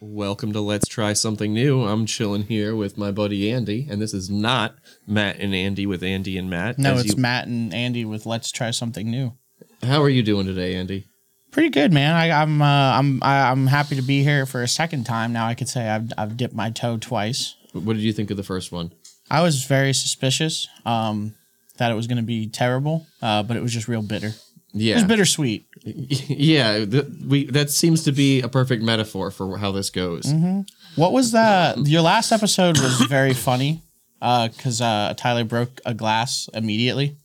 Welcome to Let's Try Something New. I'm chilling here with my buddy Andy, and this is not Matt and Andy with Andy and Matt. No, as it's you- Matt and Andy with Let's Try Something New. How are you doing today, Andy? Pretty good, man. I, I'm uh, I'm I, I'm happy to be here for a second time now. I could say I've I've dipped my toe twice. What did you think of the first one? I was very suspicious um, that it was going to be terrible, uh, but it was just real bitter. It was Yeah, bittersweet. yeah. th- we that seems to be a perfect metaphor for how this goes. Mm-hmm. What was that? Your last episode was very funny because uh, Tyler broke a glass immediately.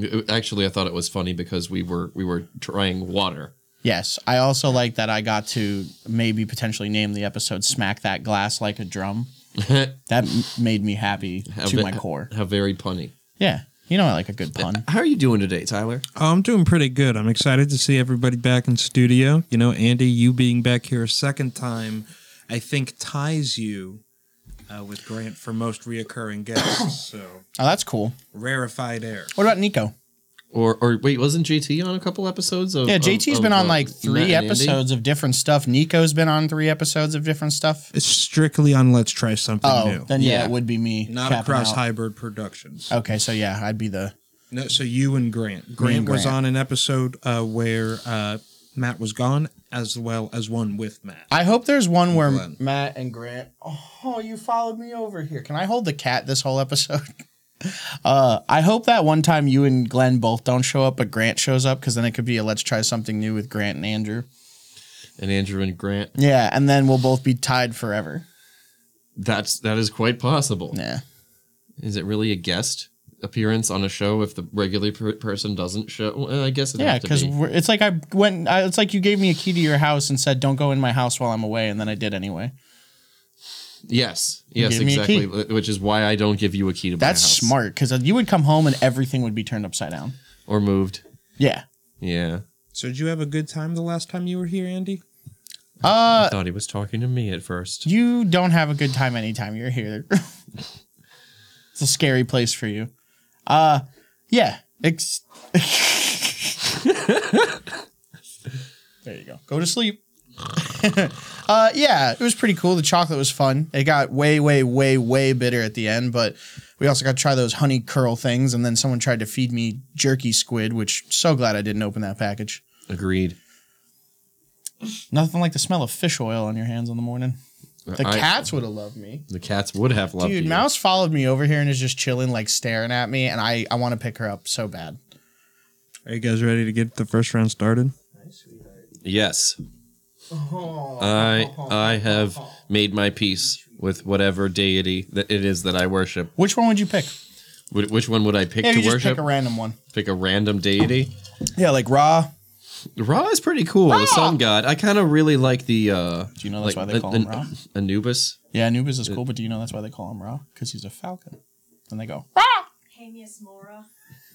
Uh, Actually, I thought it was funny because we were we were trying water. Yes, I also like that I got to maybe potentially name the episode "Smack That Glass Like a Drum." That m- made me happy How to ve- my core. How very punny. Yeah, you know I like a good pun. How are you doing today, Tyler? Oh, I'm doing pretty good. I'm excited to see everybody back in studio. You know, Andy, you being back here a second time, I think ties you uh, with Grant for most reoccurring guests. so Oh, that's cool. rarefied air. What about Nico? Or or wait, wasn't JT on a couple episodes of? Yeah, of- JT's of, been on uh, like Matt three and Andy? episodes of different stuff. Nico's been on three episodes of different stuff. It's strictly on Let's Try Something Oh, New. then yeah, Yeah. it would be me. Not capping across out. Hybrid Productions. Okay, so yeah, I'd be the No, so you and Grant. Grant, and was Grant. on an episode uh, where uh, Matt was gone, as well as one with Matt. I hope there's one where Glenn. Matt and Grant. Oh, you followed me over here. Can I hold the cat this whole episode? Uh, I hope that one time you and Glenn both don't show up, but Grant shows up because then it could be a let's try something new with Grant and Andrew. and Andrew and Grant. Yeah, and then we'll both be tied forever. That's that is quite possible. Yeah, Is it really a guest appearance on a show if the regular per- person doesn't show? Well, I guess it yeah, has to because be. it's like I went. I, it's like you gave me a key to your house and said, "Don't go in my house while I'm away," and then I did anyway. Yes, yes, gave me a exactly. Which is why I don't give you a key to That's my house. smart because you would come home and everything would be turned upside down. Or moved. Yeah. Yeah. So did you have a good time the last time you were here, Andy? Uh, I thought he was talking to me at first. You don't have a good time anytime you're here. it's a scary place for you. Uh yeah. Ex- there you go. Go to sleep. uh yeah, it was pretty cool. The chocolate was fun. It got way, way, way, way bitter at the end, but we also got to try those honey curl things, and then someone tried to feed me jerky squid, which so glad I didn't open that package. Agreed. Nothing like the smell of fish oil on your hands in the morning. The I- cats would have loved me. The cats would have loved Dude, you. Mouse followed me over here and is just chilling, like staring at me, and I, I want to pick her up so bad. Are you guys ready to get the first round started? Yes. I I have made my peace with whatever deity that it is that I worship. Which one would you pick? Wh- Which one would I pick Yeah, to you just worship? pick a random one. pick a random deity. Yeah, like Ra. Ra is pretty cool. The sun god. I kind of really like the. uh Do you know that's like, why they call him Ra? Anubis. Yeah, Anubis is cool, but do you know that's why they call him Ra? Because he's a falcon. And they go. Hamius Mora.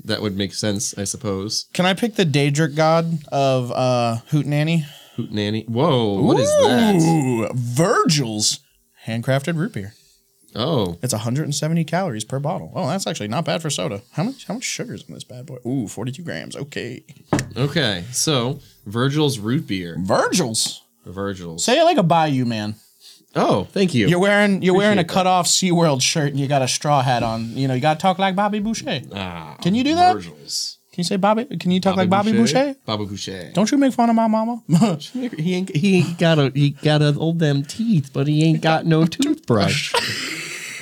That would make sense, I suppose. Can I pick the Daedric god of uh, Hootenanny? Hoot nanny. Whoa! What is that? Ooh, Virgil's handcrafted root beer. Oh, It's 170 calories per bottle. Oh, that's actually not bad for soda. How much? How much sugar is in this bad boy? Ooh, 42 grams. Okay, okay. So Virgil's root beer. Virgil's. Virgil's. Say it like a Bayou man. Oh, thank you. You're wearing you're wearing a Appreciate that. cut off SeaWorld shirt and you got a straw hat on. You know, you gotta talk like Bobby Boucher. Ah, Can you do that? Virgil's. Can you say Bobby can you talk like Bobby Boucher? Bobby Boucher. Don't you make fun of my mama? He ain't, he ain't got a he got a, all them teeth, but he ain't got no toothbrush.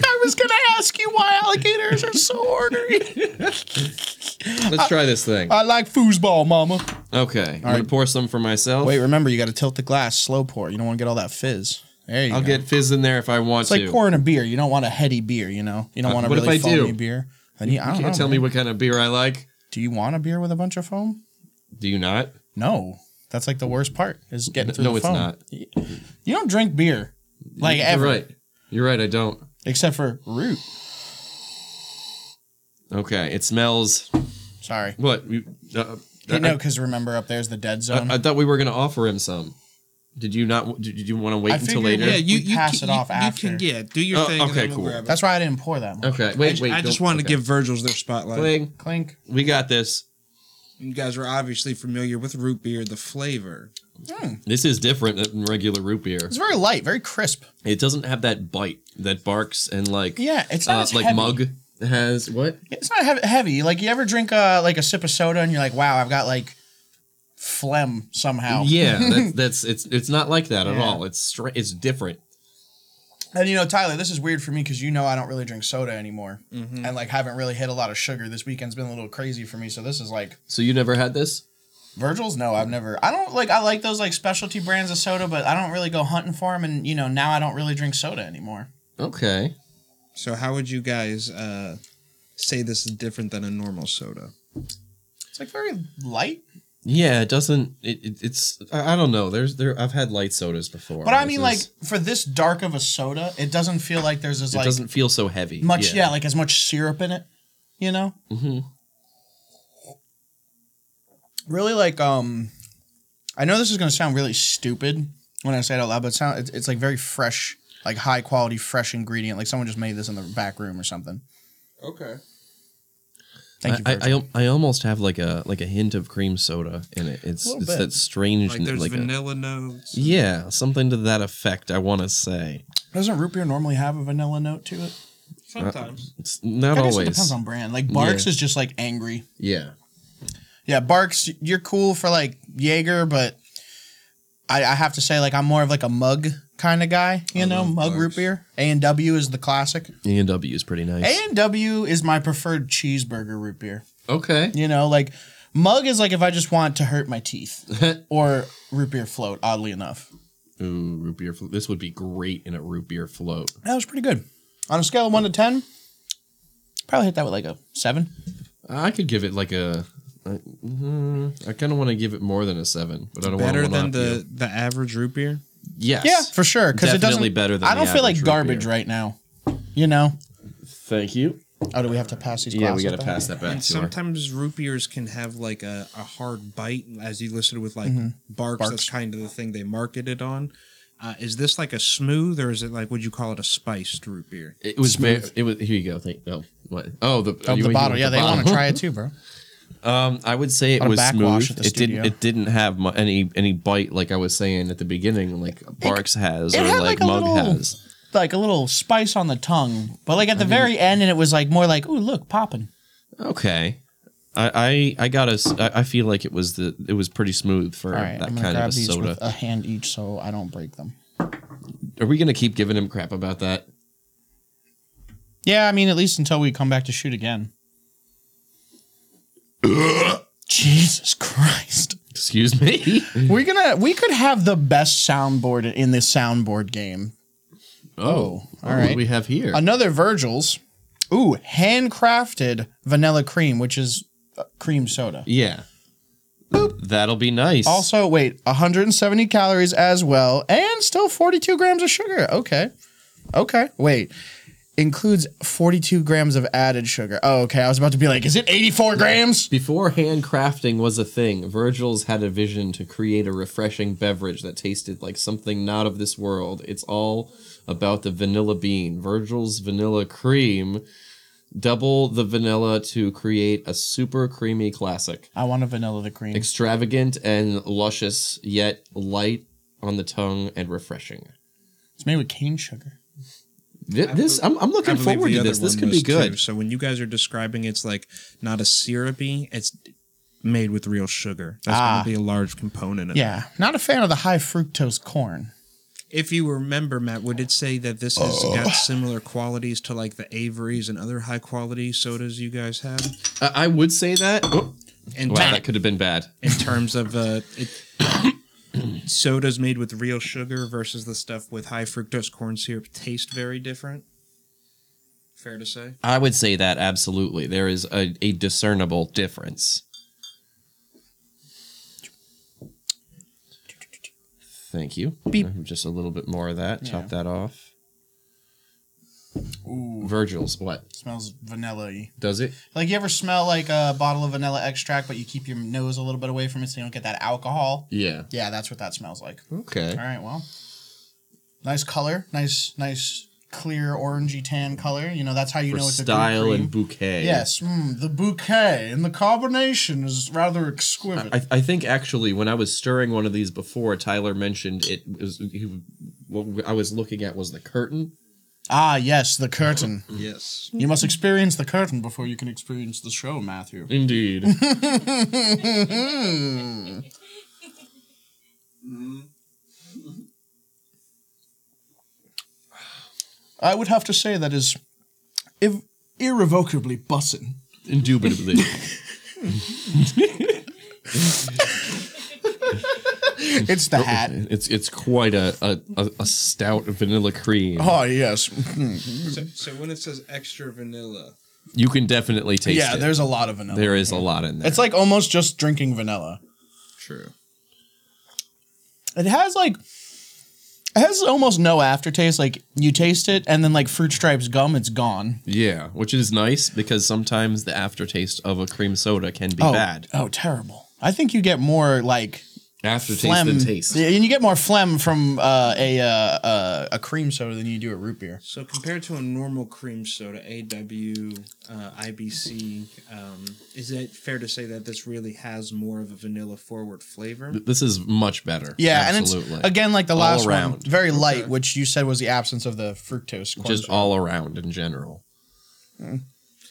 I was gonna ask you why alligators are so ornery. Let's try this thing. I like foosball, mama. Okay, I'm gonna pour some for myself. Wait, remember you gotta tilt the glass, slow pour. You don't wanna get all that fizz. There you I'll go. get fizz in there if I want it's like to. pouring a beer. You don't want a heady beer, you know? You don't want a Uh, what if really I do? foamy beer. Then you, I don't Can't know, tell me man. what kind of beer I like. Do you want a beer with a bunch of foam? Do you not? No. That's like the worst part is getting through no, the it's foam. not. You don't drink beer. Like You're ever. right. You're right. I don't. except for root. Okay, it smells. Sorry, What? You, uh, you I, know, because remember up there's the dead I- zone. I thought we were gonna offer him some. Did you not? Did you want to wait I until figured- later? Yeah, you- We pass ca- it off after. can- yeah, do your Oh, thing. and okay, then we'll cool. grab it. That's why I didn't pour that much. Okay. Wait. I, wait. I just don't- wanted okay. to give Virgil's their spotlight. Cling. Clink. We got this. You guys are obviously familiar with root beer, the flavor. This is different than regular root beer. Hmm, It's very light, very crisp. It doesn't have that bite that barks and like Yeah, it's not uh, as like heavy. mug has what? It's not heav- heavy. Like you ever drink uh, like a sip of soda and you're like, wow, I've got like phlegm somehow. Yeah, that, that's it's it's not like that at Yeah. all. It's stra- it's different. And you know, Tyler, this is weird for me because you know I don't really drink soda anymore, and like haven't really hit a lot of sugar. This weekend's been a little crazy for me, so this is like So you never had this? Virgil's. No, I've never. I don't like. I like those like specialty brands of soda, but I don't really go hunting for them. And you know, now I don't really drink soda anymore. Okay. So, how would you guys uh, say this is different than a normal soda? It's like very light. Yeah, it doesn't. It, it, it's I I don't know. There's there. I've had light sodas before. But I Oh, This mean, is- like for this dark of a soda, it doesn't feel like there's as it like doesn't feel so heavy. much. Yeah. like as much syrup in it. You know, hmm really like um. I know this is gonna sound really stupid when I say it out loud, but it sound it's, it's like very fresh, like high quality fresh ingredient. Like someone just made this in the back room or something. Okay. Thank you. I, Virgil. I, I, I almost have like a like a hint of cream soda in it. It's Little it's bit. that strange Like there's like a- vanilla notes. yeah something to that effect. I want to say Doesn't root beer normally have a vanilla note to it? Sometimes. it's not I guess always. it depends on brand. Like Barks is just like angry. yeah, Yeah, Barks, you're cool for like Jaeger, but I, I have to say, like I'm more of like a mug kind of guy. You know, love mug root Barks. beer. A and W is the classic. A and W is pretty nice. A and W is my preferred cheeseburger root beer. okay. You know, like mug is like if I just want to hurt my teeth or root beer float. Oddly enough, Ooh, root beer. Float. This would be great in a root beer float. that was pretty good. On a scale of one to ten, probably hit that with like a seven. I could give it like a. I, mm, I kind of want to give it more than a seven, but I don't want to. Better than the, the average root beer? Yes. Yeah, for sure. Because it Definitely doesn't. better than I don't the feel like average root garbage beer. right now. You know. Thank you. Oh, do we have to pass these? Yeah, we got glasses to back? pass that back And to her. sometimes root beers can have like a, a hard bite, as you listed with like Mm-hmm. barks, That's kind of the thing they market it on. Uh, is this like a smooth, or is it like would you call it a spiced root beer? It was very. It was. Here you go. Thank. Oh, what? Oh, the, Of you- the you bottle. want Yeah, the they want to bottle? try it too, bro. Um, I would say it On a was backwash smooth. at the It studio. didn't. It didn't have mu- any any bite like I was saying at the beginning, like Barks has it or had like, like a Mug little- has. Like a little spice on the tongue, but like at the very end, and it was like more like, "Ooh, look, popping." Okay. I, I I got a. I feel like it was the. It was pretty smooth for All right, that I'm gonna kind grab of a these soda. with uh, a hand each, so I don't break them. Are we gonna keep giving him crap about that? Yeah, I mean, at least until we come back to shoot again. Jesus Christ! Excuse me. We're gonna. We could have the best soundboard in this soundboard game. oh, all what right. do we have here? Another Virgil's. Ooh, handcrafted vanilla cream, which is uh, cream soda. yeah. That'll be nice. Also, wait, 170 calories as well, and still 42 grams of sugar. Okay. Okay. Wait. Includes 42 grams of added sugar. Oh, okay. I was about to be like, is it 84 grams? Before handcrafting was a thing, Virgil's had a vision to create a refreshing beverage that tasted like something not of this world. It's all about the vanilla bean. Virgil's vanilla cream. Double the vanilla to create a super creamy classic. I want a vanilla the cream. Extravagant and luscious, yet light on the tongue and refreshing. It's made with cane sugar. Th- This I'm, I'm I looking believe forward the to other this. This one could was be good. too. So when you guys are describing, it's like not a syrupy. It's made with real sugar. That's Ah. going to be a large component. of Yeah. Not a fan of the high fructose corn. it. If you remember, Matt, would it say that this has Oh. got similar qualities to like the Averys and other high quality sodas you guys have? I, I would say that. Oh, And wow, that could have been bad. in terms of uh, it, sodas made with real sugar versus the stuff with high fructose corn syrup taste very different. Fair to say. I would say that absolutely. There is a, a discernible difference. Thank you. Beep. Just a little bit more of that. Chop that off. Ooh. Virgil's what? Smells vanilla Does it? Like, you ever smell like a bottle of vanilla extract, but you keep your nose a little bit away from it so you don't get that alcohol? Yeah. Yeah, that's what that smells like. Okay. All right, well. Nice color, nice nice clear orangey tan color. You know, that's how you for know it's a style good and cream. bouquet. Yes, mm, the bouquet and the carbonation is rather exquisite. I, I think actually when I was stirring one of these before, Tyler mentioned it was he, what I was looking at was the curtain. ah, yes, the curtain. Yes. You must experience the curtain before you can experience the show, Matthew. Indeed. Hmm. I would have to say that is irre- irrevocably bussin'. Indubitably. It's the hat. it's it's quite a, a, a, a stout vanilla cream. Oh yes, So, so when it says extra vanilla, You can definitely taste yeah. it. There's a lot of vanilla. there is a lot in there. It's like almost just drinking vanilla. true. It has like it has almost no aftertaste. Like you taste it, and then like fruit stripes gum, it's gone. yeah, which is nice because sometimes the aftertaste of a cream soda can be oh, bad. Oh, terrible. I think you get more like Aftertaste phlegm, than taste. Yeah, and you get more phlegm from uh, a uh, uh, a cream soda than you do a root beer. So compared to a normal cream soda, AW, uh, IBC, um, is it fair to say that this really has more of a vanilla forward flavor? This is much better. Yeah, absolutely. and it's again like the last one, around. very light, which you said was the absence of the fructose. corn just syrup. all around in general.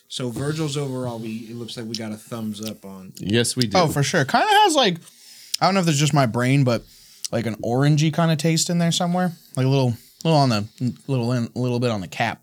So Virgil's overall, we it looks like we got a thumbs up on. Yes, we do. Oh, for sure. Kind of has like I don't know if it's just my brain, but like an orangey kind of taste in there somewhere, like a little, little on the little, in, little bit on the cap.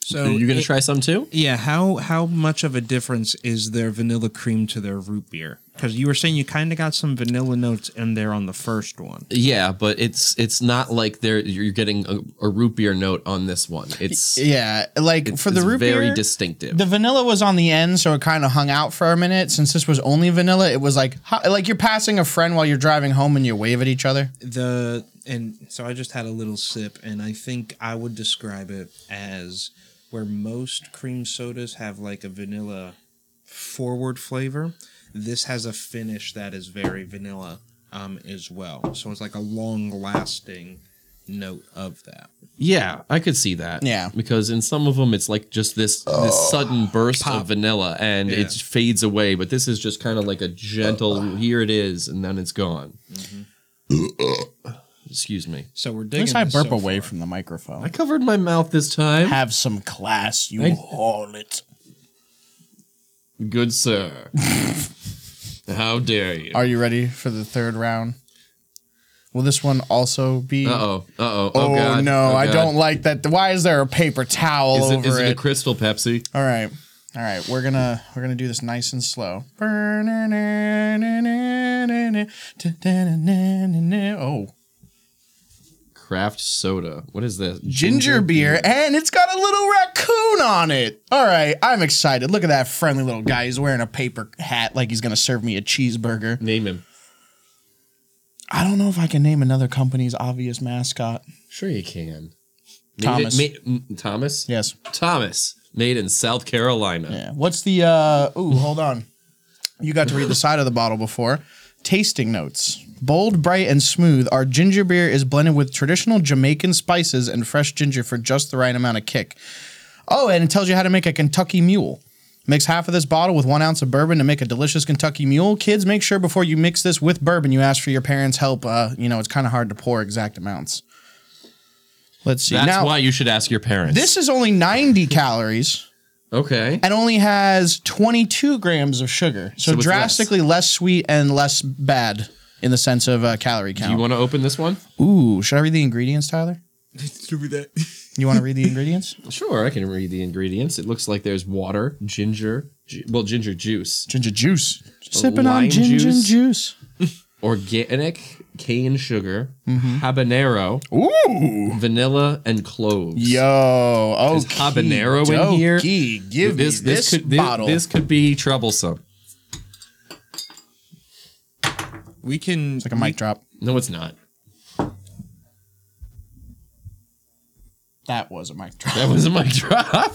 So Are you gonna it- try some too? Yeah, how how much of a difference is their vanilla cream to their root beer? Because you were saying you kind of got some vanilla notes in there on the first one. Yeah, but it's it's not like there you're getting a, a root beer note on this one. It's Yeah, like for the it's root very beer, distinctive. the vanilla was on the end, so it kind of hung out for a minute. Since this was only vanilla, it was like ho- like you're passing a friend while you're driving home and you wave at each other. The and so I just had a little sip, and I think I would describe it as where most cream sodas have like a vanilla forward flavor. This has a finish that is very vanilla um, as well. So it's like a long lasting note of that. yeah, I could see that. Yeah. because in some of them it's like just this this sudden burst of vanilla and Yeah. it fades away. But this is just kind of like a gentle here it is and then it's gone. Mm-hmm. Excuse me. So we're At digging. least I this burp so away far. from the I microphone. covered my mouth this time. Have some class, you I- harlot. Good sir. How dare you? Are you ready for the third round? Will this one also be? Uh oh. Uh oh. Oh, God. no, Oh, I God. don't like that. Why is there a paper towel Is it, over is it it? a crystal Pepsi? all right, all right. We're gonna we're gonna do this nice and slow. Oh, Craft soda. What is this? ginger beer, and it's got a little raccoon on it. All right, I'm excited. Look at that friendly little guy. He's wearing a paper hat like he's gonna serve me a cheeseburger. Name him. I don't know if I can name another company's obvious mascot. Sure you can. Made Thomas. It, ma- mm, Thomas. Yes. Thomas. Made in South Carolina. Yeah. What's the uh ooh, hold on. You got to read the side of the bottle before. Tasting notes. Bold, bright, and smooth, our ginger beer is blended with traditional Jamaican spices and fresh ginger for just the right amount of kick. Oh, and it tells you how to make a Kentucky mule. Mix half of this bottle with one ounce of bourbon to make a delicious Kentucky mule. Kids, make sure before you mix this with bourbon, you ask for your parents' help. Uh, you know, it's kind of hard to pour exact amounts. Let's see. That's now, why you should ask your parents. this is only 90 calories okay. and only has 22 grams of sugar. So, So it's drastically less. sweet and less bad in the sense of uh, calorie Do you count. want to open this one? Ooh, should I read the ingredients, Tyler? Give me that. You want to read the ingredients? Sure, I can read the ingredients. It looks like there's water, ginger, ju- well, ginger juice, Ginger juice. Sipping on Oh, Lime ginger juice. juice. organic cane sugar, Mm-hmm. habanero, Ooh. vanilla, and cloves. Yo. Oh, Is habanero in here? this, Give me this, this, could, thi- bottle. This, could be troublesome. We can. it's like a mic drop. No, it's not. That was a mic drop. That was a mic drop.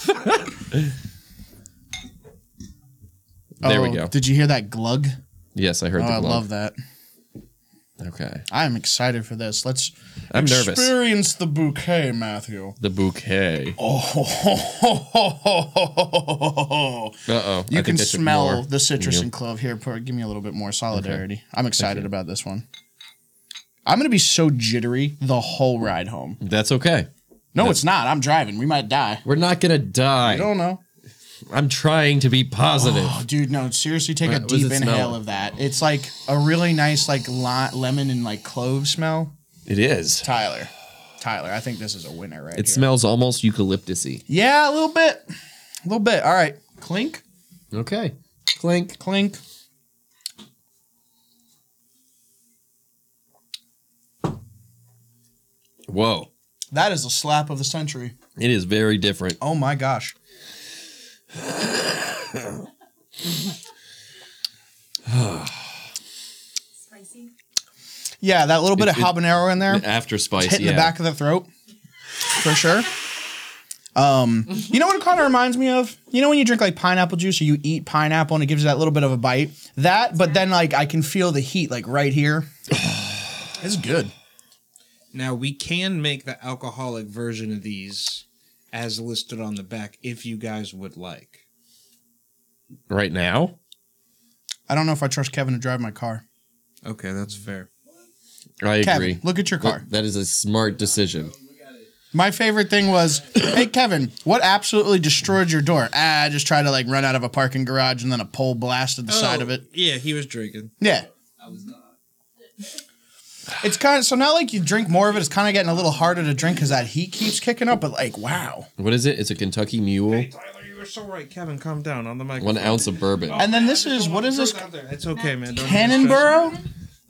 there we Oh, go. Did you hear that glug? Yes, I heard Oh, the I glove. love that. I Okay. I'm excited for this. Let's I'm nervous. experience the bouquet, Matthew. The bouquet. Oh, ho, ho, ho, ho, ho, ho, ho, ho. Uh oh. you can smell the citrus and clove here. Pour, give me a little bit more solidarity. I'm excited about this one. I'm gonna be so jittery the whole ride home. That's okay. No, it's not. I'm driving. We might die. We're not gonna I die. don't know. I'm trying to be positive. Oh, dude, no, seriously, take What- a what does deep it inhale smell like? of that. It's like a really nice, like li- lemon and like clove smell. It is. Tyler, Tyler, I think this is a winner right It here. smells almost eucalyptusy. yeah, a little bit, a little bit. All right, clink, Okay. Clink. clink. Whoa. That is a slap of the century. It is very different. Oh my gosh. Spicy. Yeah, that little bit It- of it- habanero in there, The after spice. hitting yeah. the back of the throat, for sure. Um, you know what it kind of reminds me of? You know when you drink like pineapple juice or you eat pineapple and it gives you that little bit of a bite? That, but then like I can feel the heat like right here. it's good. Now we can make the alcoholic version of these as listed on the back if you guys would like. Right now? I don't know if I trust Kevin to drive my car. Okay, that's fair. I agree. Kevin, look at your That- car. that is a smart decision. My favorite thing was, hey Kevin, what absolutely destroyed your door? Ah, I just tried to like run out of a parking garage and then a pole blasted the Oh. side of it. Yeah, he was drinking. Yeah. It's kind of so now like you drink more of it. It's kind of getting a little harder to drink because that heat keeps kicking up. But like, wow! What is it? It's a Kentucky Mule. Tyler, you were so right. Kevin, calm down on the mic. One ounce of bourbon. I, And then this is what is this? It's okay, man. Don't Cannonboro?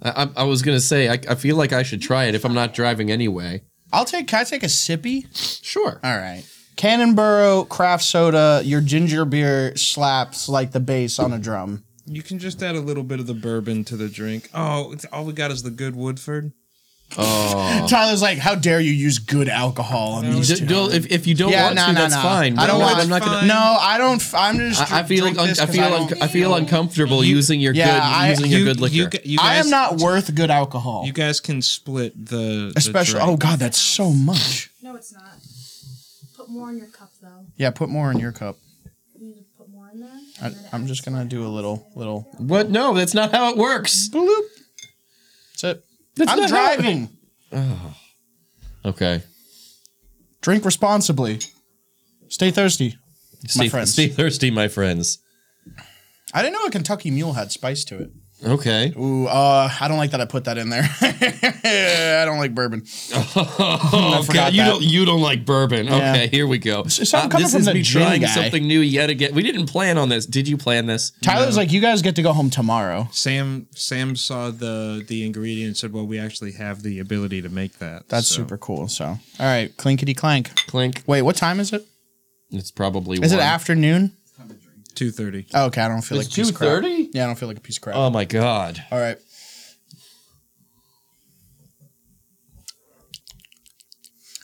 I, I was gonna say I, I feel like I should try it if I'm not driving anyway. I'll take. Can I take a sippy? Sure. All right. Cannonboro craft soda. Your ginger beer slaps like the bass on a drum. You can just add a little bit of the bourbon to the drink. Oh, it's, all we got is the good Woodford. Oh. Tyler's like, how dare you use good alcohol on No, these? it's two? Just- don't- if, if you don't want to, that's fine. I don't Otherwise, want. I'm not gonna. fine. No, I don't. f- I'm just. I, I feel drink like un- this I 'cause feel don't- un- I feel uncomfortable using your Yeah, good I- using your good liquor. You, g- you I guys, am not worth good alcohol. You guys can split the. the Especially. drink. Oh God, that's so much. No, it's not. Put more in your cup, though. Yeah, put more in your cup. You need to put more in there. I, I'm just gonna do a little, little. what? No, that's not how it works. Bloop. That's it. That's I'm not how it- driving. Okay. Drink responsibly. Stay thirsty. Stay, friends. stay thirsty, my friends. I didn't know a Kentucky Mule had spice to it. Okay. Ooh, uh, I don't like that I put that in there. I don't like bourbon. Oh forgot You that. don't. You don't like bourbon. Okay. Here we go. Uh, so I'm coming this from is the me gin trying guy. something new yet again. We didn't plan on this. Did you plan this? Tyler's like, you guys get to go home tomorrow. Sam Sam saw the the ingredient and said, "Well, we actually have the ability to make that." That's so. super cool. So, all right, clinkety clank. Clink. Wait, what time is it? It's probably. Is it one. afternoon? Two thirty. Oh, okay, I don't feel It's like a piece of crap. 2:30? Yeah, I don't feel like a piece of crap. Oh my god. All right.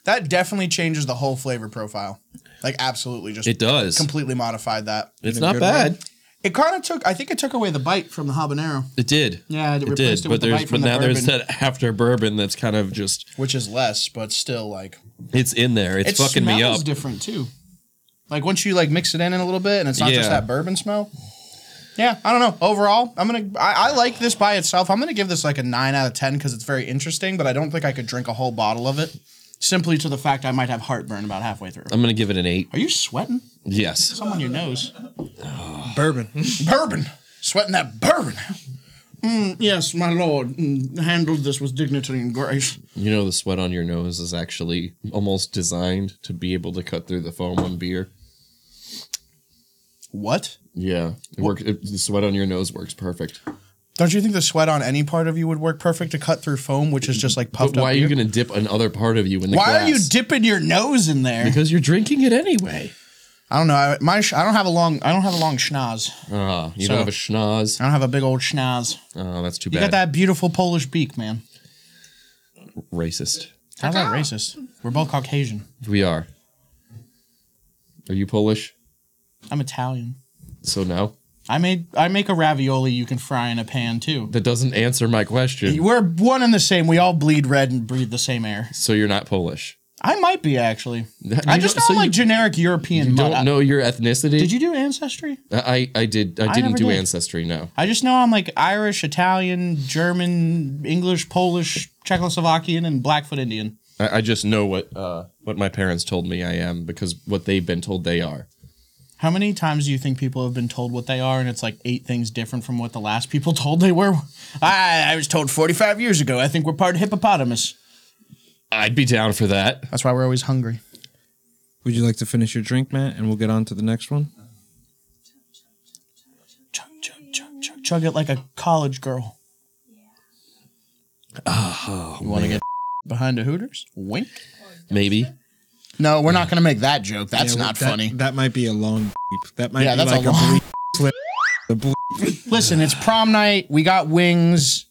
That definitely changes the whole flavor profile. Like absolutely just It does. completely modified that. it's a not good bad. It kind of took I think it took away the bite from the habanero. It did. Yeah, it it replaced did. it with but the there's bite but from the now there's bourbon. that after bourbon that's kind of just Which is less, but still like it's in there. It's it fucking me smells up. different too. Like once you like mix it in, in a little bit and it's not just Yeah. that bourbon smell. Yeah, I don't know. Overall, I'm gonna I, I like this by itself. I'm gonna give this like a nine out of ten because it's very interesting, but I don't think I could drink a whole bottle of it. Simply to the fact I might have heartburn about halfway through. I'm gonna give it an eight. Are you sweating? Yes. Come on your nose. Bourbon. Bourbon. Sweating that bourbon. Mm, yes, my lord. Mm, handled this with dignity and grace. You know the sweat on your nose is actually almost designed to be able to cut through the foam on beer. What? Yeah, it works. It, the sweat on your nose works perfect. Don't you think the sweat on any part of you would work perfect to cut through foam, which is just like But puffed why up? are you beer? gonna dip another part of you in the why glass? are you dipping your nose in there? because you're drinking it anyway. I don't know. I, my sh- I don't have a long. I don't have a long schnoz. Ah, you So- don't have a schnoz. I don't have a big old schnoz. Oh, that's too You bad. got that beautiful Polish beak, man. Racist. How's that racist? We're both Caucasian. We are. Are you Polish? I'm Italian. So no. I made I make a ravioli you can fry in a pan too. That doesn't answer my question. We're one and the same. We all bleed red and breathe the same air. So you're not Polish. I might be actually. That- I you just don't- know so I'm, like you generic European. don't but I- know your ethnicity. Did you do ancestry? I I did. I didn't never do did. ancestry. No. I just know I'm like Irish, Italian, German, English, Polish, Czechoslovakian, and Blackfoot Indian. I, I just know what uh what my parents told me I am because what they've been told they are. How many times do you think people have been told what they are, and it's like eight things different from what the last people told they were? I, I was told 45 years ago. I think we're part hippopotamus. I'd be down for that. That's why we're always hungry. Would you like to finish your drink, Matt, and we'll get on to the next one? Chug, chug, chug, chug, chug it like a college girl. Oh, You want to get behind a Hooters? Wink. maybe. No, we're not going to make that joke. That's Yeah, not that- funny. That might be a long bleep. That might Yeah, be that's a like a, long- bleep slip. The bleep. Listen, it's prom night. We got wings.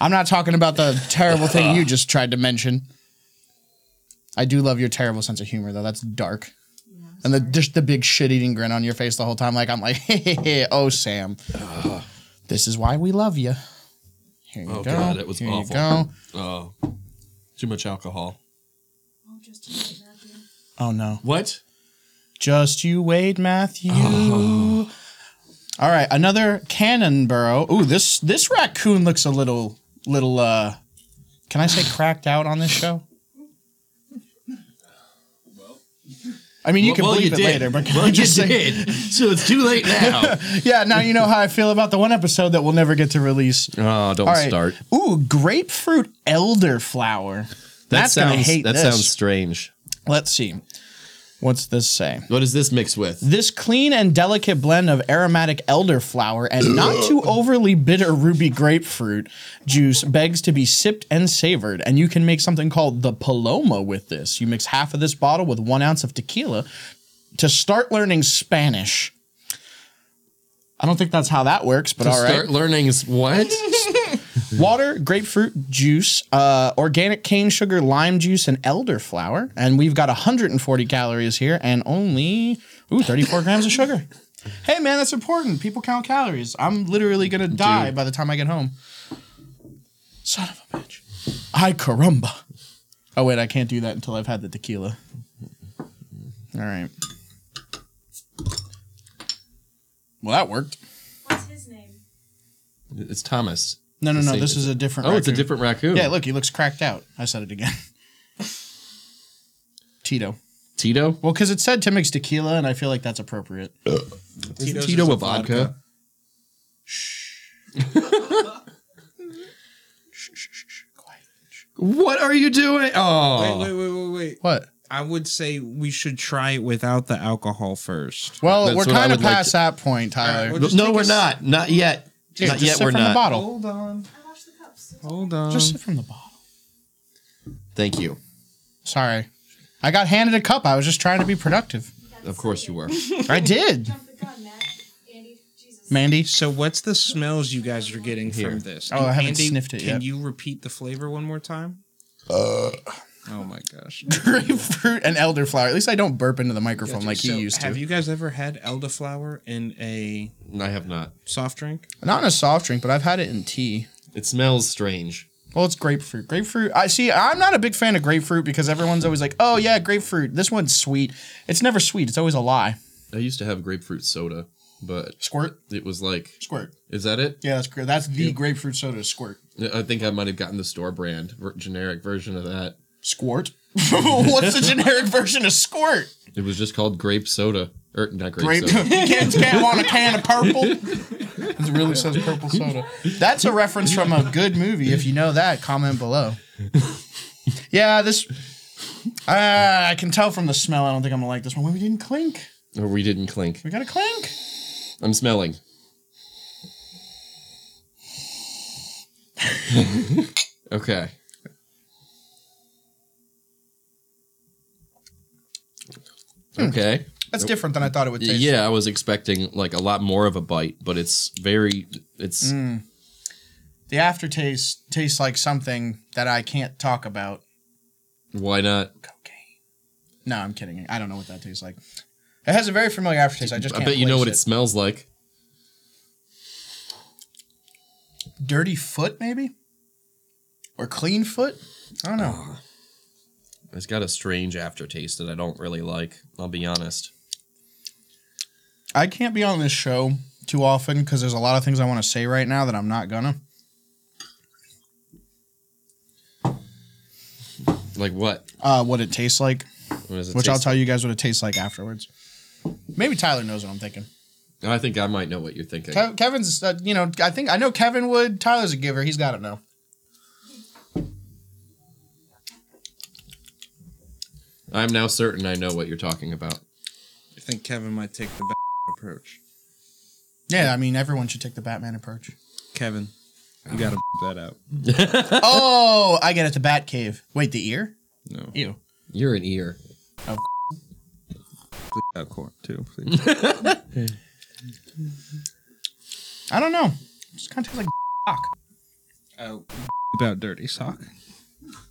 I'm not talking about the terrible thing you just tried to mention. I do love your terrible sense of humor, though. That's dark. And the just the big shit eating grin on your face the whole time, like I'm like, oh Sam, this is why we love you. Here you Oh, go. God, it was Here awful. You go. Oh, too much alcohol. Oh, just a minute, Matthew. Oh no, What? just you wait, Matthew. All right, another cannon burrow. Ooh, this this raccoon looks a little little uh can I say cracked out on this show? I mean, you can bleep it later, but can I just say, did. So it's too late now. yeah. Now you know how I feel about the one episode that we'll never get to release. oh, don't All right. start. Ooh, grapefruit elderflower. That That's sounds. gonna hate that this. sounds strange. Let's see. What's this say? What is this mixed with? This clean and delicate blend of aromatic elderflower and not too overly bitter ruby grapefruit juice begs to be sipped and savored. And you can make something called the Paloma with this. You mix half of this bottle with one ounce of tequila to start learning Spanish. I don't think that's how that works, but all right. Start learning is what? Water, grapefruit juice, uh, organic cane sugar, lime juice, and elderflower. And we've got 140 calories here and only ooh, 34 grams of sugar. Hey, man, that's important. People count calories. I'm literally going to die by the time I get home. Son of a bitch. I caramba. Oh, wait, I can't do that until I've had the tequila. All right. Well, that worked. What's his name? it's Thomas. No, no, The no. same- This is a different. Oh, it's a raccoon. different raccoon. Yeah, look, he looks cracked out. I said it again. Tito. Tito. Well, because it said to mix tequila, and I feel like that's appropriate. Tito's Tito is a vodka? Shh, shh, shh, shh. Quiet. What are you doing? Oh, Wait, wait, wait, wait, wait. What? I would say we should try it without the alcohol first. Well, That's we're what I kind of would like past that point, Tyler. All right, well, just no, take we're a s- not. Not yet. Here, not just yet. sip We're from the not. bottle. Hold on. I washed the cups. Hold on. Just sip from the bottle. Thank you. Sorry, I got handed a cup. I was just trying to be productive. Of course you were. I did, Jump the gun, Matt. Andy, Jesus. Mandy. so what's the smells you guys are getting Here. from this? Oh, I haven't sniffed it Can yet. you repeat the flavor one more time? Uh. Oh my gosh. Grapefruit and elderflower. At least I don't burp into the microphone like So, he used to. Have you guys ever had elderflower in a I have not. soft drink? Not in a soft drink, but I've had it in tea. It smells strange. Well, it's grapefruit. Grapefruit. I see. I'm not a big fan of grapefruit because everyone's always like, "Oh yeah, grapefruit. This one's sweet." It's never sweet. It's always a lie. I used to have grapefruit soda, but Squirt. it was like, Squirt. is that it? Yeah, that's great. That's the grapefruit soda. Squirt. I think I might have gotten the store brand ver- generic version of that. Squirt. What's the generic version of squirt? It was just called grape soda, or not grape, Grape. soda. Kids can't want a can of purple. It really says purple soda. That's a reference from a good movie. If you know that, comment below. Yeah, this. Uh, I can tell from the smell. I don't think I'm gonna like this one. We didn't clink. Or we didn't clink. We got a clink. I'm smelling. Hmm. okay. Okay. That's different than I thought it would taste. Yeah, I was expecting like a lot more of a bite, but it's very it's Hmm. The aftertaste tastes like something that I can't talk about. why not? Cocaine. No, I'm kidding. I don't know what that tastes like. It has a very familiar aftertaste. I just I can't bet you know place what it. it smells like. dirty foot, maybe, or clean foot. I don't know. It's got a strange aftertaste that I don't really like. I'll be honest. I can't be on this show too often because there's a lot of things I want to say right now that I'm not gonna. Like what? Uh, what it tastes like, What does it which I'll taste tell you guys what it tastes like afterwards. Maybe Tyler knows what I'm thinking. like? I think I might know what you're thinking. Ke- Kevin's, uh, you know, I think I know Kevin would. Tyler's a giver. He's got to know. I'm now certain I know what you're talking about. I think Kevin might take the back approach. Yeah, I mean, everyone should take the Batman approach. Kevin, you gotta that out. oh, I get it. The Bat Cave. Wait, the ear? No, Ew. You're an ear. out corn too. Please. I don't know. Just kind of tastes like cock. oh, about dirty sock.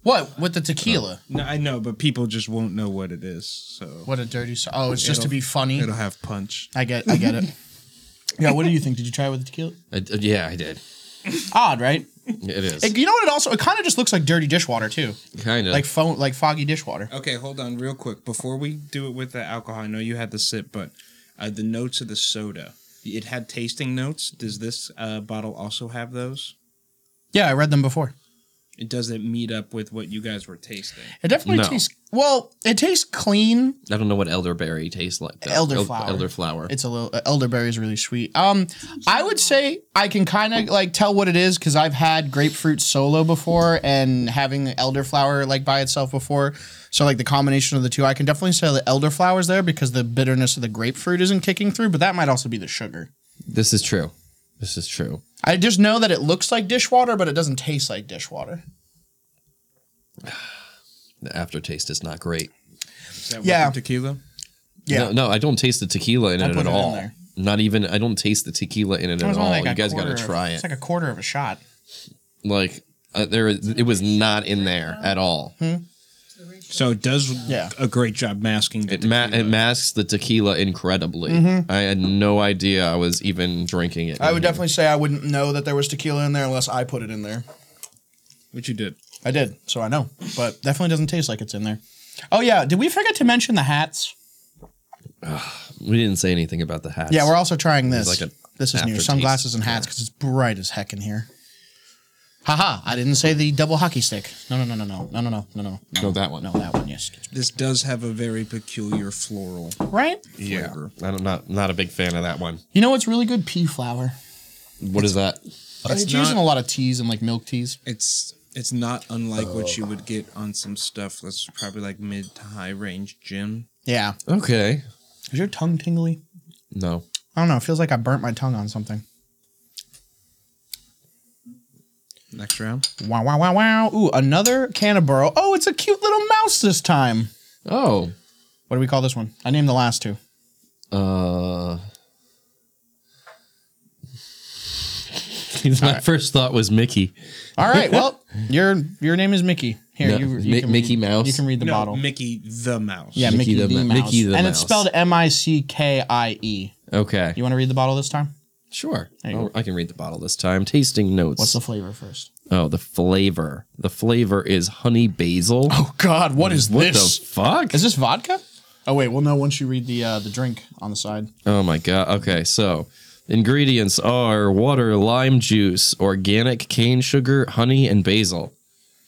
What with the tequila? No, I know, but people just won't know what it is. So What a dirty. So- oh, it's just to It'll- be funny. it'll have punch. I get. I get it. yeah. What do you think? Did you try it with the tequila? I d yeah, I did. Odd, right? It is It- you know what? It also it kind of just looks like dirty dishwater too, kind of like foam, like foggy dishwater. Okay, hold on real quick. Before we do it with the alcohol, I know you had the sip, but uh, the notes of the soda. It had tasting notes. Does this uh, bottle also have those? Yeah, I read them before. It doesn't meet up with what you guys were tasting. It definitely No. tastes well. It tastes clean. I don't know what elderberry tastes like. though. Elderflower. El- elderflower. It's a little uh, elderberry is really sweet. Um, I would say I can kind of like tell what it is because I've had grapefruit solo before and having elderflower like by itself before. So like the combination of the two, I can definitely say the elderflower is there because the bitterness of the grapefruit isn't kicking through. But that might also be the sugar. this is true. This is true. I just know that it looks like dishwater, but it doesn't taste like dishwater. The aftertaste is not great. Is that Yeah. With the tequila. Yeah. No, no, I don't taste the tequila in I it put at it in all. there. Not even. I don't taste the tequila in it It at was only all. like you a guys got to quarter of- try It's it. like a quarter of a shot. Like uh, there, is- it was not in Hmm. there at all. So it does Yeah. a great job masking the It, ma- tequila. it masks the tequila incredibly. I had no idea I was even drinking it. Mm-hmm. I in would here. definitely say I wouldn't know that there was tequila in there unless I put it in there. Which you did. I did, so I know, but definitely doesn't taste like it's in there. Oh yeah, did we forget to mention the hats? We didn't say anything about the hats. Yeah, we're also trying this. like a this is new aftertaste. sunglasses and hats because it's bright as heck in here. Haha! I didn't say the double hockey stick. No, no, no, no, no, no, no, no, no, no. No, that one. No, that one. Yes. This does have a very peculiar floral Right. yeah. flavor. I'm not not a big fan of that one. You know what's really good? Pea flower. What is that? It's, used in not- a lot of teas and like milk teas. It's it's not unlike what you would get on some stuff that's probably like mid to high range gin. Yeah. Okay. Is your tongue tingly? No. I don't know. It feels like I burnt my tongue on something. Next round. Wow, wow, wow, wow. Ooh, another Canterbury. Oh, it's a cute little mouse this time. Oh. What do we call this one? I named the last two. Uh. My first thought was Mickey. All right. Well, your your name is Mickey. Here, No, you, you Mi- can Mickey read- Mouse. You can read the no, bottle. Mickey the Mouse. yeah, Mickey the Mickey, the, Ma- Mouse. Mickey the and Mouse. it's spelled M I C K I E. Okay. You want to read the bottle this time? Sure. There you I'll- I can read the bottle this time. Tasting notes. Oh. What's the flavor first? oh, the flavor. The flavor is honey basil. Oh God, what is what the fuck? Is this vodka? Oh wait, we'll know once you read the uh, the drink on the side. Oh my god. Okay, so ingredients are water, lime juice, organic cane sugar, honey, and basil.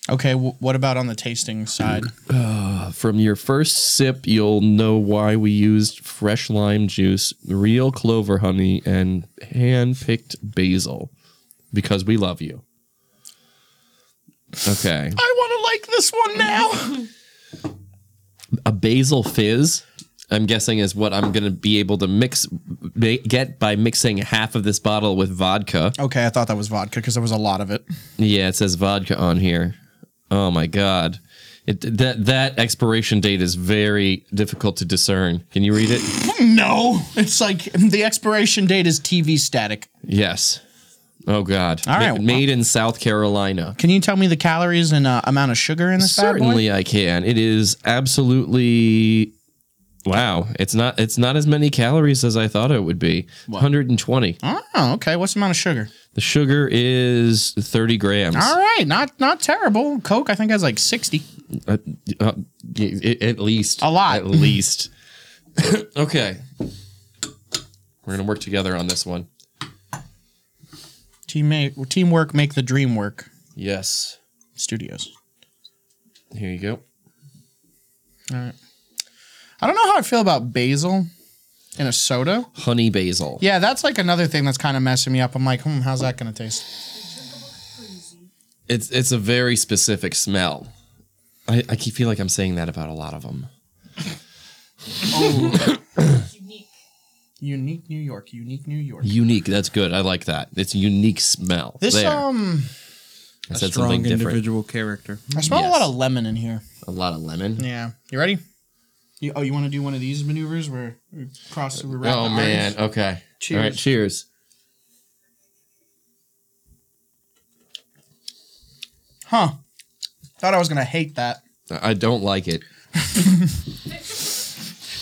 Okay, w- what about on the tasting side? From your first sip, you'll know why we used fresh lime juice, real clover honey, and hand-picked basil, because we love you. Okay, I want to like this one now. a basil fizz. I'm guessing is what I'm gonna be able to mix ba- get by mixing half of this bottle with vodka. Okay, I thought that was vodka because there was a lot of it. Yeah, it says vodka on here. Oh my god. It, that that expiration date is very difficult to discern. Can you read it? No, it's like the expiration date is TV static. Yes. Oh god. All right, well- made in South Carolina. Can you tell me the calories and uh, amount of sugar in this bad boy? Certainly I can. It is absolutely Wow, it's not it's not as many calories as I thought it would be. 120. Oh, okay. What's the amount of sugar? The sugar is 30 grams. All right, not not terrible. Coke, I think has like sixty. Uh, uh, y- at least A lot. At least. okay, we're gonna work together on this one. Teammate, teamwork make the dream work. Yes. Studios. Here you go. All right. I don't know how I feel about basil in a soda. Honey basil. Yeah, that's like another thing that's kind of messing me up. I'm like, hmm, how's that gonna taste? It's it's a very specific smell. I, I keep- feel like I'm saying that about a lot of them. Unique. Unique New York. Unique New York. Unique. That's good. I like that. It's a unique smell. This there. um, I A said strong something different. individual character. I smell a Yes. lot of lemon in here. A lot of lemon. Yeah. You ready? You, oh, you want to do one of these maneuvers where we cross the wrap Oh the man. arms? Okay. Cheers. All right. Cheers. Huh. Thought I was gonna hate that. I I don't like it.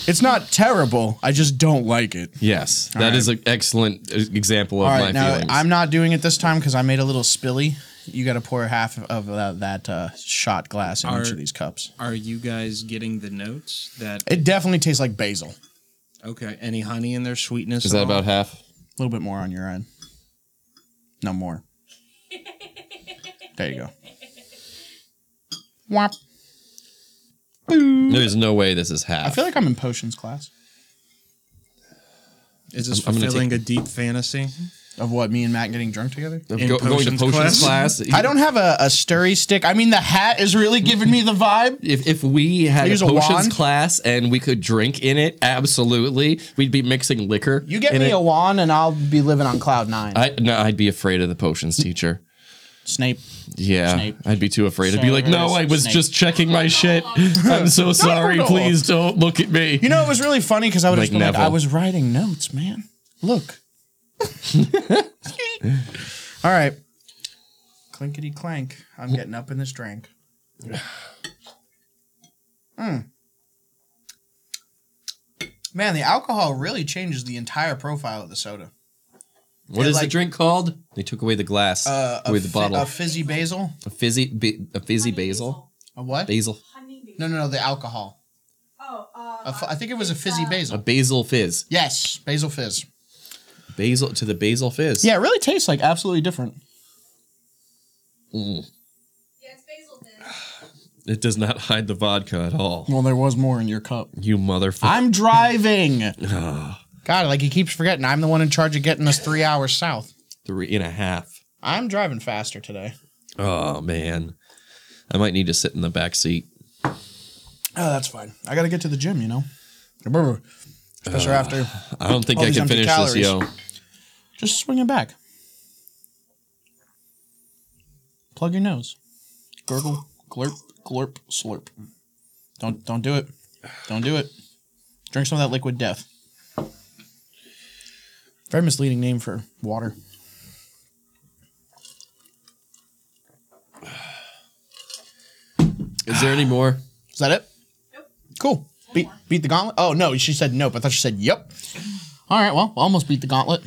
It's not terrible. I just don't like it. Yes, right. that is an excellent uh, example of All my right, now feelings. I'm not doing it this time because I made a little spilly. You got to pour half of uh, that uh, shot glass in each Are- of these cups. Are you guys getting the notes that It definitely tastes like basil. A okay? Any honey in there? Sweetness? is at that all? about half? little bit more on your end. No more. There you go. Whomp. There's no way this is half. I feel like I'm in potions class. Is this I'm- I'm gonna Mm-hmm. fulfilling a deep fantasy? Of what, me and Matt getting drunk together? Of in go- going to potions potions class? class. I don't have a, a stirry stick. I mean, the hat is really giving me the vibe. If, if we had I a use a potions wand? class and we could drink in it, absolutely, we'd be mixing liquor. You get in me it. a wand and I'll be living on cloud nine. I no, I'd be afraid of the potions teacher. Snape. Yeah, Snape. I'd be too afraid. I'd be like, Severus no, I was Snape." just checking my shit. I'm so sorry. no. Please don't look at me. You know, it was really funny because I would Like just been like, Neville. I was writing notes, man. Look. All right. Clinkety clank. I'm getting up in this drink. Mm. Man, the alcohol really changes the entire profile of the soda. what it is the like- drink called? They took away the glass Uh, a with the fi- bottle. A fizzy basil. a fizzy, ba- a fizzy Honey basil. A what? Basil. Honey basil. No, no, no. The alcohol. Oh, uh, A f- I think it was a fizzy uh, A basil. basil fizz. Yes, basil fizz. Basil to the basil fizz. Yeah, it really tastes like absolutely different. Mm. Yeah, it's basil then. It does not hide the vodka at all. Well, there was more in your cup. You motherfucker. I'm driving. God, like he keeps forgetting. I'm the one in charge of getting us three hours south. Three and a half. I'm driving faster today. Oh man. I might need to sit in the back seat. Oh, that's fine. I got to get to the gym, you know. Remember, especially after I don't think All I these can empty finish calories. this, yo. just swing it back. Plug your nose. Gurgle, glurp, glurp, slurp. Don't don't do it. Don't do it. Drink some of that liquid death. Very misleading name for water. Is there any more? Is that it? Nope. Cool. Beat beat the gauntlet. Oh no, she said nope. I thought she said yep. All right, well, almost beat the gauntlet.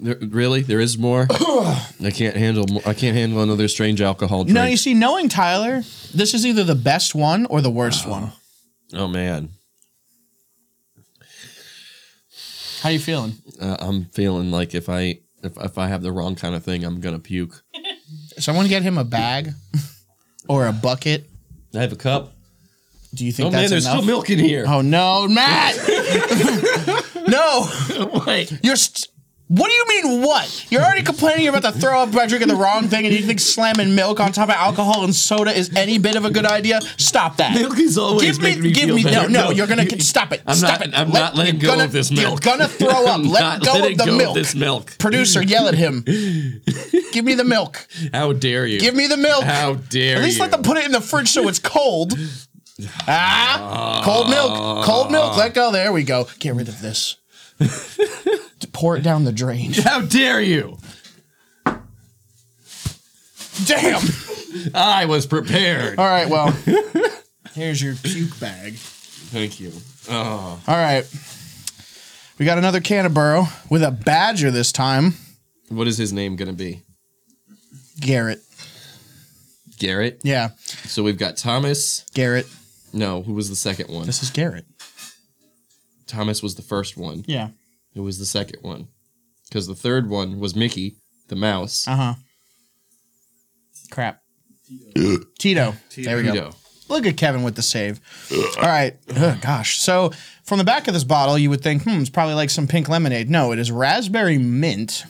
There, really? There is more? I can't handle more. I can't handle another strange alcohol drink. No, you see, knowing Tyler, this is either the best one or the worst one. oh man. How you feeling? Uh, I'm feeling like if I if, if I have the wrong kind of thing, I'm gonna puke. Someone get him a bag or a bucket. I have a cup. Do you think Oh man, that's there's enough? still milk in here. Oh no, Matt! no, Wait. you're. St- what do you mean? What? You're already complaining you're about to throw up by drinking the wrong thing, and you think slamming milk on top of alcohol and soda is any bit of a good idea? Stop that. Milk is always give me, making me give feel me, no, better. no, No, you're gonna you- get- stop it, I'm stop not- it. I'm not letting you're go gonna- of this You're milk. gonna throw up. I'm Let not go of letting the go of milk. this milk. Producer, yell at him. give me the milk. How dare you? Give me the milk. How dare At least you? let them put it in the fridge so it's cold. Ah, cold milk, cold milk. Let go. There we go. Get rid of this. Pour it down the drain. How dare you? Damn. I was prepared. All right. Well, here's your puke bag. Thank you. Oh, All right. We got another Canterborough with a badger this time. what is his name gonna be? Garrett. Garrett. Yeah, So we've got Thomas. Garrett. No, who was the second one? This is Garrett. Thomas was the first one. Yeah. Who was the second one? Because the third one was Mickey, the mouse. Uh huh. Crap. Tito. There we go. Tito. Look at Kevin with the save. All right. Ugh, gosh. So, from the back of this bottle, you would think, hmm, it's probably like some pink lemonade. No, it is raspberry mint.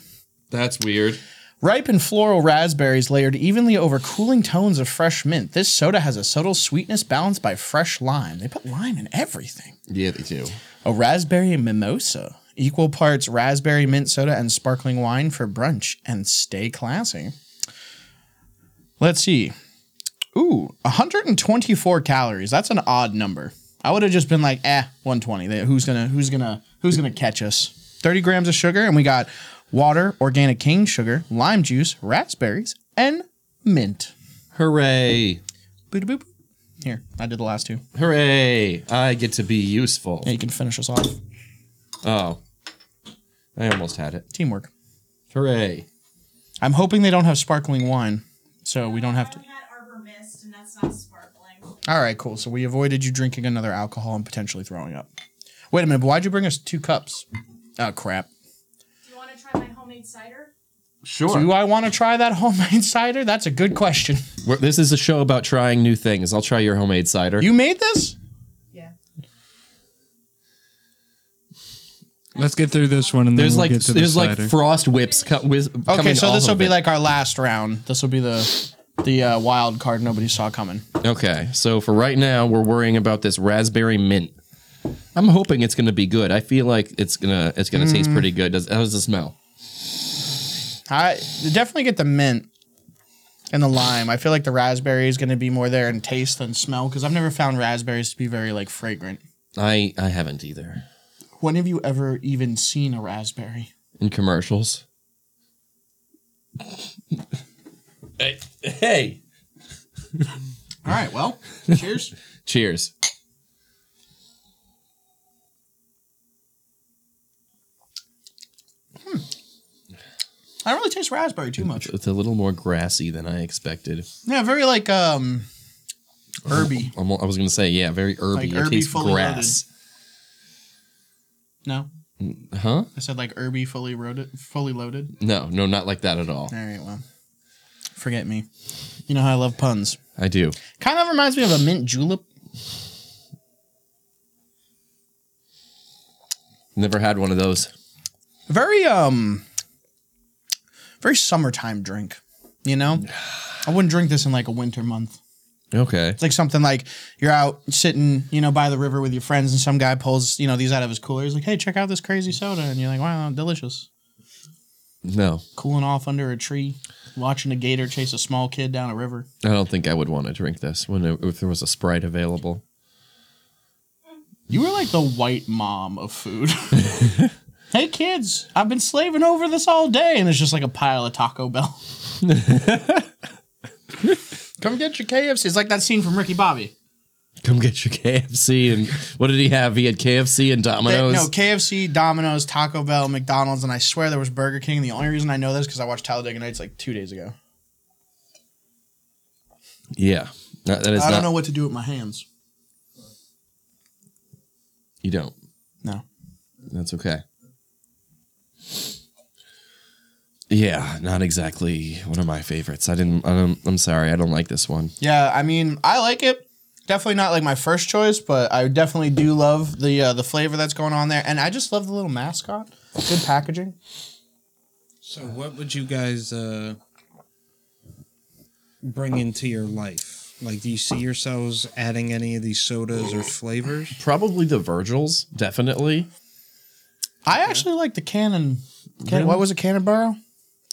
That's weird. Ripe and floral raspberries layered evenly over cooling tones of fresh mint. This soda has a subtle sweetness balanced by fresh lime. They put lime in everything. Yeah, they do. A raspberry mimosa. Equal parts raspberry mint soda and sparkling wine for brunch and stay classy. Let's see. Ooh, 124 calories. That's an odd number. I would have just been like, eh, 120. They- Who's gonna who's gonna who's gonna catch us? 30 grams of sugar, and we got water, organic cane sugar, lime juice, raspberries, and mint. Hooray! Boop boop. Here, I did the last two. Hooray! I get to be useful. Yeah, you can finish us off. Oh, I almost had it. Teamwork. Hooray! I'm hoping they don't have sparkling wine, so we don't have to. I had Arbor Mist, and that's not sparkling. All right, cool. So we avoided you drinking another alcohol and potentially throwing up. Wait a minute, but why'd you bring us two cups? Oh crap. Do you want to try my homemade cider? Sure. Do I want to try that homemade cider? That's a good question. We're- this is a show about trying new things. I'll try your homemade cider. You made this? Yeah. Let's get through this one, and then there's we'll like get to there's the like cider. frost whips co- with, Okay, coming so this off will of be it. like our last round. This will be the the uh, wild card nobody saw coming. Okay, so for right now, we're worrying about this raspberry mint. I'm hoping it's gonna be good. I feel like it's gonna it's gonna taste Mm. pretty good. Does, how does it smell? I definitely get the mint and the lime. I feel like the raspberry is going to be more there in taste than smell because I've never found raspberries to be very like fragrant. I I haven't either. When have you ever even seen a raspberry? In commercials. hey, hey. All right, well, cheers. Cheers. I don't really taste raspberry too much. It's a little more grassy than I expected. Yeah, very like um herby. I'm, I was gonna say yeah, very herby. Like it herby tastes fully grass, No, huh? I said like herby fully loaded. Fully loaded. No, no, not like that at all. All right, well, forget me. You know how I love puns. I do. Kind of reminds me of a mint julep. Never had one of those. Very um, very summertime drink. You know, I wouldn't drink this in like a winter month. Okay. It's like something like you're out sitting, you know, by the river with your friends, and some guy pulls, you know, these out of his cooler. He's like, "Hey, check out this crazy soda," and you're like, "Wow, delicious." No, cooling off under a tree, watching a gator chase a small kid down a river. I don't think I would want to drink this when it, if there was a Sprite available. You were like the white mom of food. hey kids, I've been slaving over this all day, and it's just like a pile of Taco Bell. Come get your KFC. It's like that scene from Ricky Bobby. Come get your KFC and what did he have? He had KFC and They- Domino's. no, KFC, Domino's, Taco Bell, McDonald's, and I swear there was Burger King. The only reason I know this is because I watched Talladega Nights like two days ago. yeah, That- that is I not. don't know what to do with my hands. You don't. No. That's okay. Yeah, not exactly one of my favorites. I didn't. I don't, I'm sorry. I don't like this one. Yeah, I mean, I like it. Definitely not like my first choice, but I definitely do love the uh, the flavor that's going on there, and I just love the little mascot. Good packaging. So, what would you guys uh, bring into your life? Like, do you see yourselves adding any of these sodas or flavors? Probably the Virgils. Definitely. I actually like the Cannon. Can, Really? What was it, Cannonboro?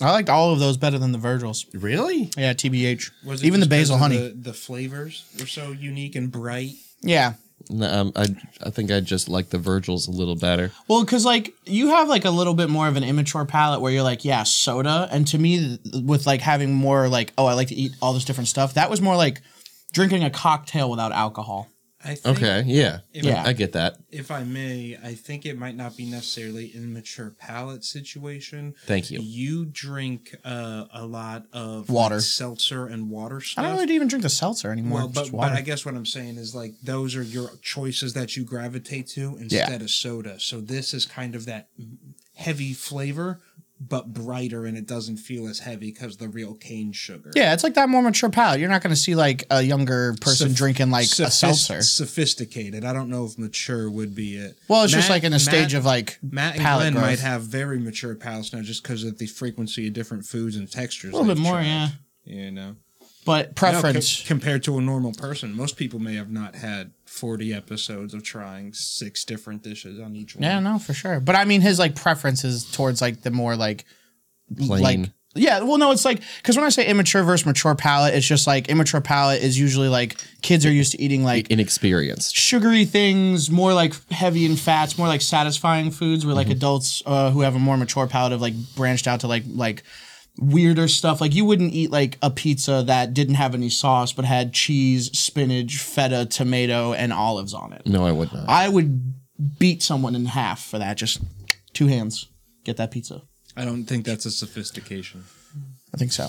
I liked all of those better than the Virgils. Really? Yeah, TBH. Was it Even the just 'cause basil of honey. The, the flavors were so unique and bright. yeah. No, um, I I think I just like the Virgils a little better. Well, because like you have like a little bit more of an immature palate where you're like, yeah, soda. And to me, th- with like having more like, oh, I like to eat all this different stuff. That was more like drinking a cocktail without alcohol. I think Okay, yeah. If, Yeah. I get that. if I may, I think it might not be necessarily an immature palate situation. Thank you. You drink uh, a lot of like, Water. seltzer, and water I stuff. don't really even drink the seltzer anymore. well, but, just but water. I guess what I'm saying is like those are your choices that you gravitate to instead of soda. So this is kind of that heavy flavor, but brighter, and it doesn't feel as heavy because the real cane sugar. yeah, it's like that more mature palate. You're not going to see like a younger person Soph- drinking like a Sophis- seltzer. Sophisticated. I don't know if mature would be it. Well, it's just Matt- like in a stage Matt- of like Matt and palate Glenn growth. might have very mature palates now just because of the frequency of different foods and textures. a little bit they've more, tried, yeah. You know, But No, co- preference. compared to a normal person, most people may have not had 40 episodes of trying six different dishes on each one. yeah, no, for sure. But I mean, his like preference is towards like the more like Plain. like yeah well no it's like because when i say immature versus mature palate it's just like immature palate is usually like kids are used to eating like Inexperienced. sugary things, more like heavy in fats, more like satisfying foods. Where like adults uh, who have a more mature palate have like branched out to like like weirder stuff. Like you wouldn't eat like a pizza that didn't have any sauce but had cheese, spinach, feta, tomato, and olives on it. No, I would not. I would beat someone in half for that. Just two hands, get that pizza. I don't think that's a sophistication. I think so.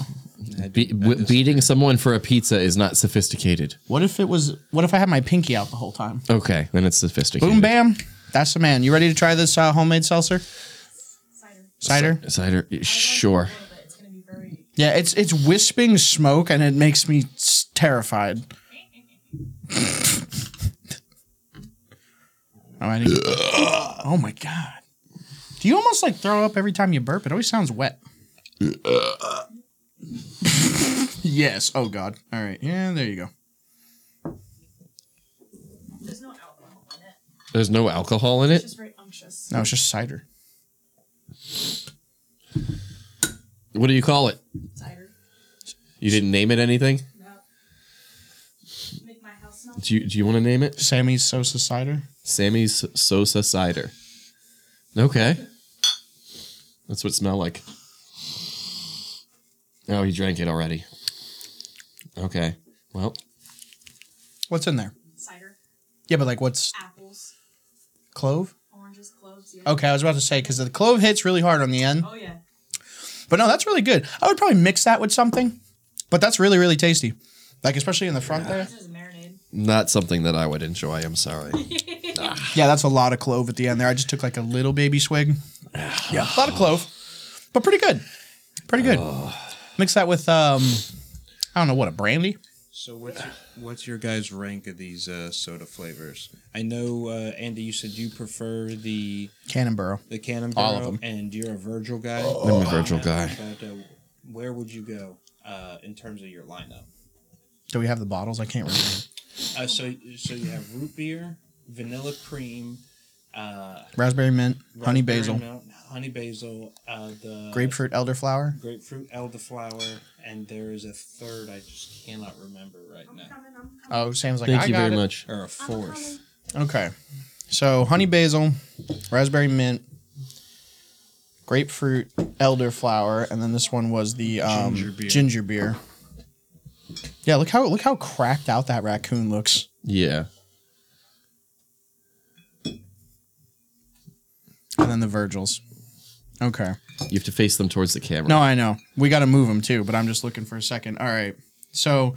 I Be- do- I w- dis- beating someone for a pizza is not sophisticated. What if it was? What if I had my pinky out the whole time? Okay, then it's sophisticated. Boom, bam. That's the man. You ready to try this uh, homemade seltzer Cider. cider? Cider. I Sure. like it a little bit. It's gonna be very. Yeah, it's it's wisping smoke and it makes me s- terrified. oh, I didn't- oh my god! Do you almost like throw up every time you burp? It always sounds wet. yes. Oh god. All right. Yeah. There you go. There's no alcohol in it. There's no alcohol in It's it. just very unctuous. No, it's just cider. What do you call it? Cider. You didn't name it anything? No. Make my house smell. Do you, do you want to name it? Sammy's Sosa cider. Sammy's Sosa Cider. Okay. That's what it smelled like. Oh, he drank it already. Okay. Well, What's in there? Cider. Yeah, but like what's Apples. clove? Oranges. Cloves. Yeah. Okay, I was about to say because the clove hits really hard on the end. Oh yeah. But no, that's really good. I would probably mix that with something, but that's really, really tasty. Like, especially in the front there. This is a marinade. not something that I would enjoy. I'm sorry. Yeah, that's a lot of clove at the end there. I just took like a little baby swig. Yeah, a lot of clove, but pretty good. Pretty good. Mix that with, um, I don't know, what, a brandy? So what's your, what's your guys' rank of these uh, soda flavors? I know uh, Andy, you said you prefer the Cannonboro. the Cannonball, All of them. and you're a Virgil guy. I'm a Virgil guy. But, uh, where would you go uh, in terms of your lineup? Do we have the bottles? I can't remember. Uh, so so you have root beer, vanilla cream, uh, Raspberry mint, honey raspberry basil, mount- honey basil, uh, the grapefruit, elderflower. grapefruit, elderflower, and there is a third I just cannot remember right I'm now, coming. I'm coming. Oh, Sam's like, Thank I you got very it. much. or a fourth. Okay. So honey basil, raspberry mint, grapefruit, elderflower, and then this one was the um, Ginger beer. ginger beer. Yeah, look how look how cracked out that raccoon looks. Yeah. And then the Virgils. Okay. You have to face them towards the camera. No, I know. We got to move them too, but I'm just looking for a second. All right. So,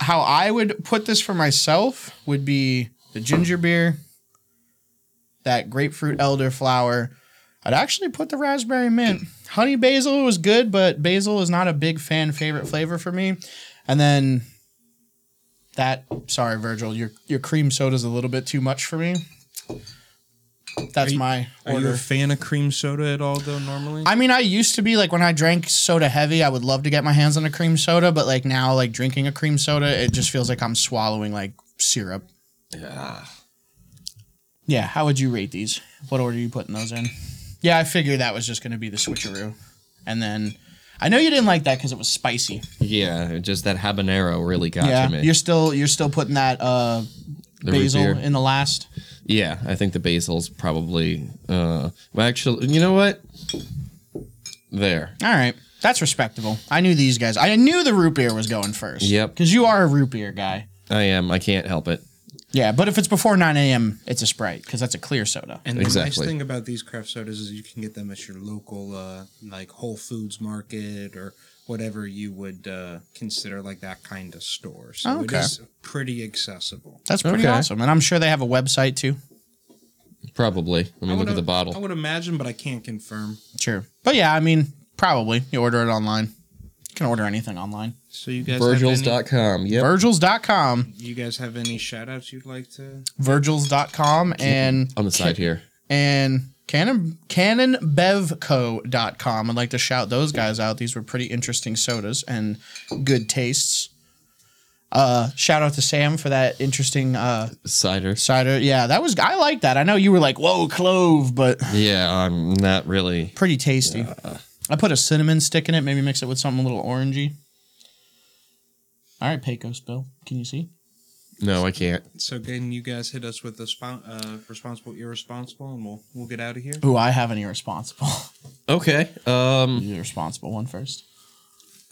how I would put this for myself would be the ginger beer, that grapefruit elderflower. I'd actually put the raspberry mint. Honey basil was good, but basil is not a big fan favorite flavor for me. And then that, sorry, Virgil, your your cream soda's a little bit too much for me. That's Are you- my Are order. you a fan of cream soda at all, though? Normally, I mean, I used to be like when I drank soda heavy, I would love to get my hands on a cream soda, but like now, like drinking a cream soda, it just feels like I'm swallowing like syrup. Yeah. Yeah. How would you rate these? What order are you putting those in? Yeah, I figured that was just going to be the switcheroo. And then I know you didn't like that because it was spicy. Yeah, just that habanero really got yeah. to me. You're still, you're still putting that, uh, The root basil beer. in the last. Yeah, I think the basil's probably. Uh, well, actually, you know what? There. All right. That's respectable. I knew these guys. I knew the root beer was going first. Yep. Because you are a root beer guy. I am. I can't help it. Yeah, but if it's before 9 a.m., it's a Sprite because that's a clear soda. And the Exactly. nice thing about these craft sodas is you can get them at your local, uh, like Whole Foods market or whatever you would uh, consider like that kind of store. So Okay. it is pretty accessible. That's pretty Okay. awesome. And I'm sure they have a website too. Probably. I mean, look would- uh, at the I bottle. would imagine, but I can't confirm. Sure. But yeah, I mean, probably. You order it online. You can order anything online. So you guys, Have Virgils.com. Yep. Virgil's.com, any, you guys have any shout outs you'd like to? Virgil's.com, and On the side here. and Canon CanonBevco.com. I'd like to shout those guys out. These were pretty interesting sodas and good tastes. Uh, shout out to Sam for that interesting uh, Cider. cider. Yeah, that was I like that. I know you were like, "Whoa, clove," but Yeah, I'm not really. pretty tasty. I put a cinnamon stick in it. Maybe mix it with something a little orangey. All right, Pecos Bill, can you see? No, I can't. So again, you guys hit us with the spon- uh, responsible, irresponsible, and we'll we'll get out of here. Ooh, I have an irresponsible, Okay. Um, irresponsible one first.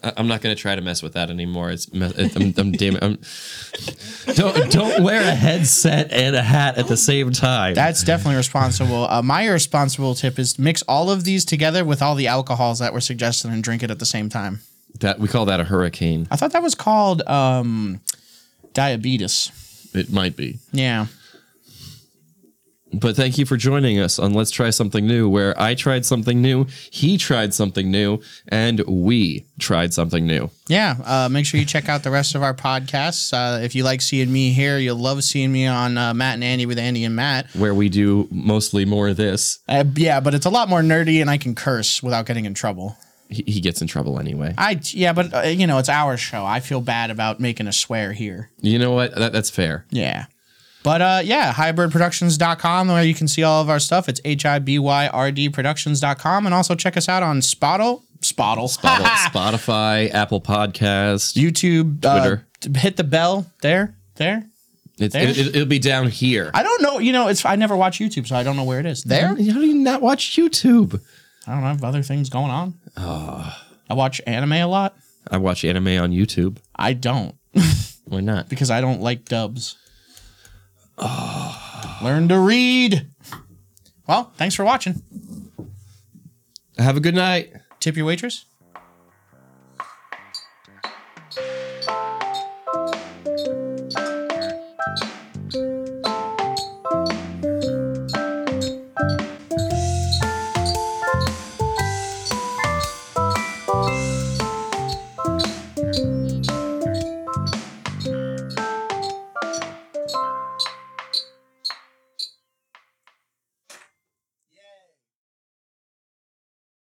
I- I'm not gonna try to mess with that anymore. It's me- I'm, I'm damn it. I'm, don't don't wear a headset and a hat at the same time. That's definitely responsible. Uh, my irresponsible tip is mix all of these together with all the alcohols that were suggested and drink it at the same time. that we call that a hurricane. I thought that was called um, diabetes. It might be. Yeah. But thank you for joining us on Let's Try Something New, where I tried something new, he tried something new, and we tried something new. Yeah, uh, make sure you check out the rest of our podcasts. Uh, if you like seeing me here, you'll love seeing me on uh, Matt and Andy with Andy and Matt. Where we do mostly more of this. Uh, yeah, but it's a lot more nerdy, and I can curse without getting in trouble. He, he gets in trouble anyway. I yeah, but uh, you know it's our show. I feel bad about making a swear here. You know what? That, that's fair. Yeah. But uh, yeah, hybridproductions.com, where you can see all of our stuff. It's H I B Y R D productions.com. And also check us out on Spottle, Spottle, Bottle- Spotify, Apple Podcast. YouTube, Twitter. Uh, t- hit the bell there, there. It, it, it, will be down here. I don't know. You know, it's I never watch YouTube, so I don't know where it is. There? How do you not watch YouTube? I don't know. I have other things going on. I watch anime a lot. I watch anime on YouTube. I don't Why not? because I don't like dubs. Learn to read. Well, thanks for watching. Have a good night. Tip your waitress.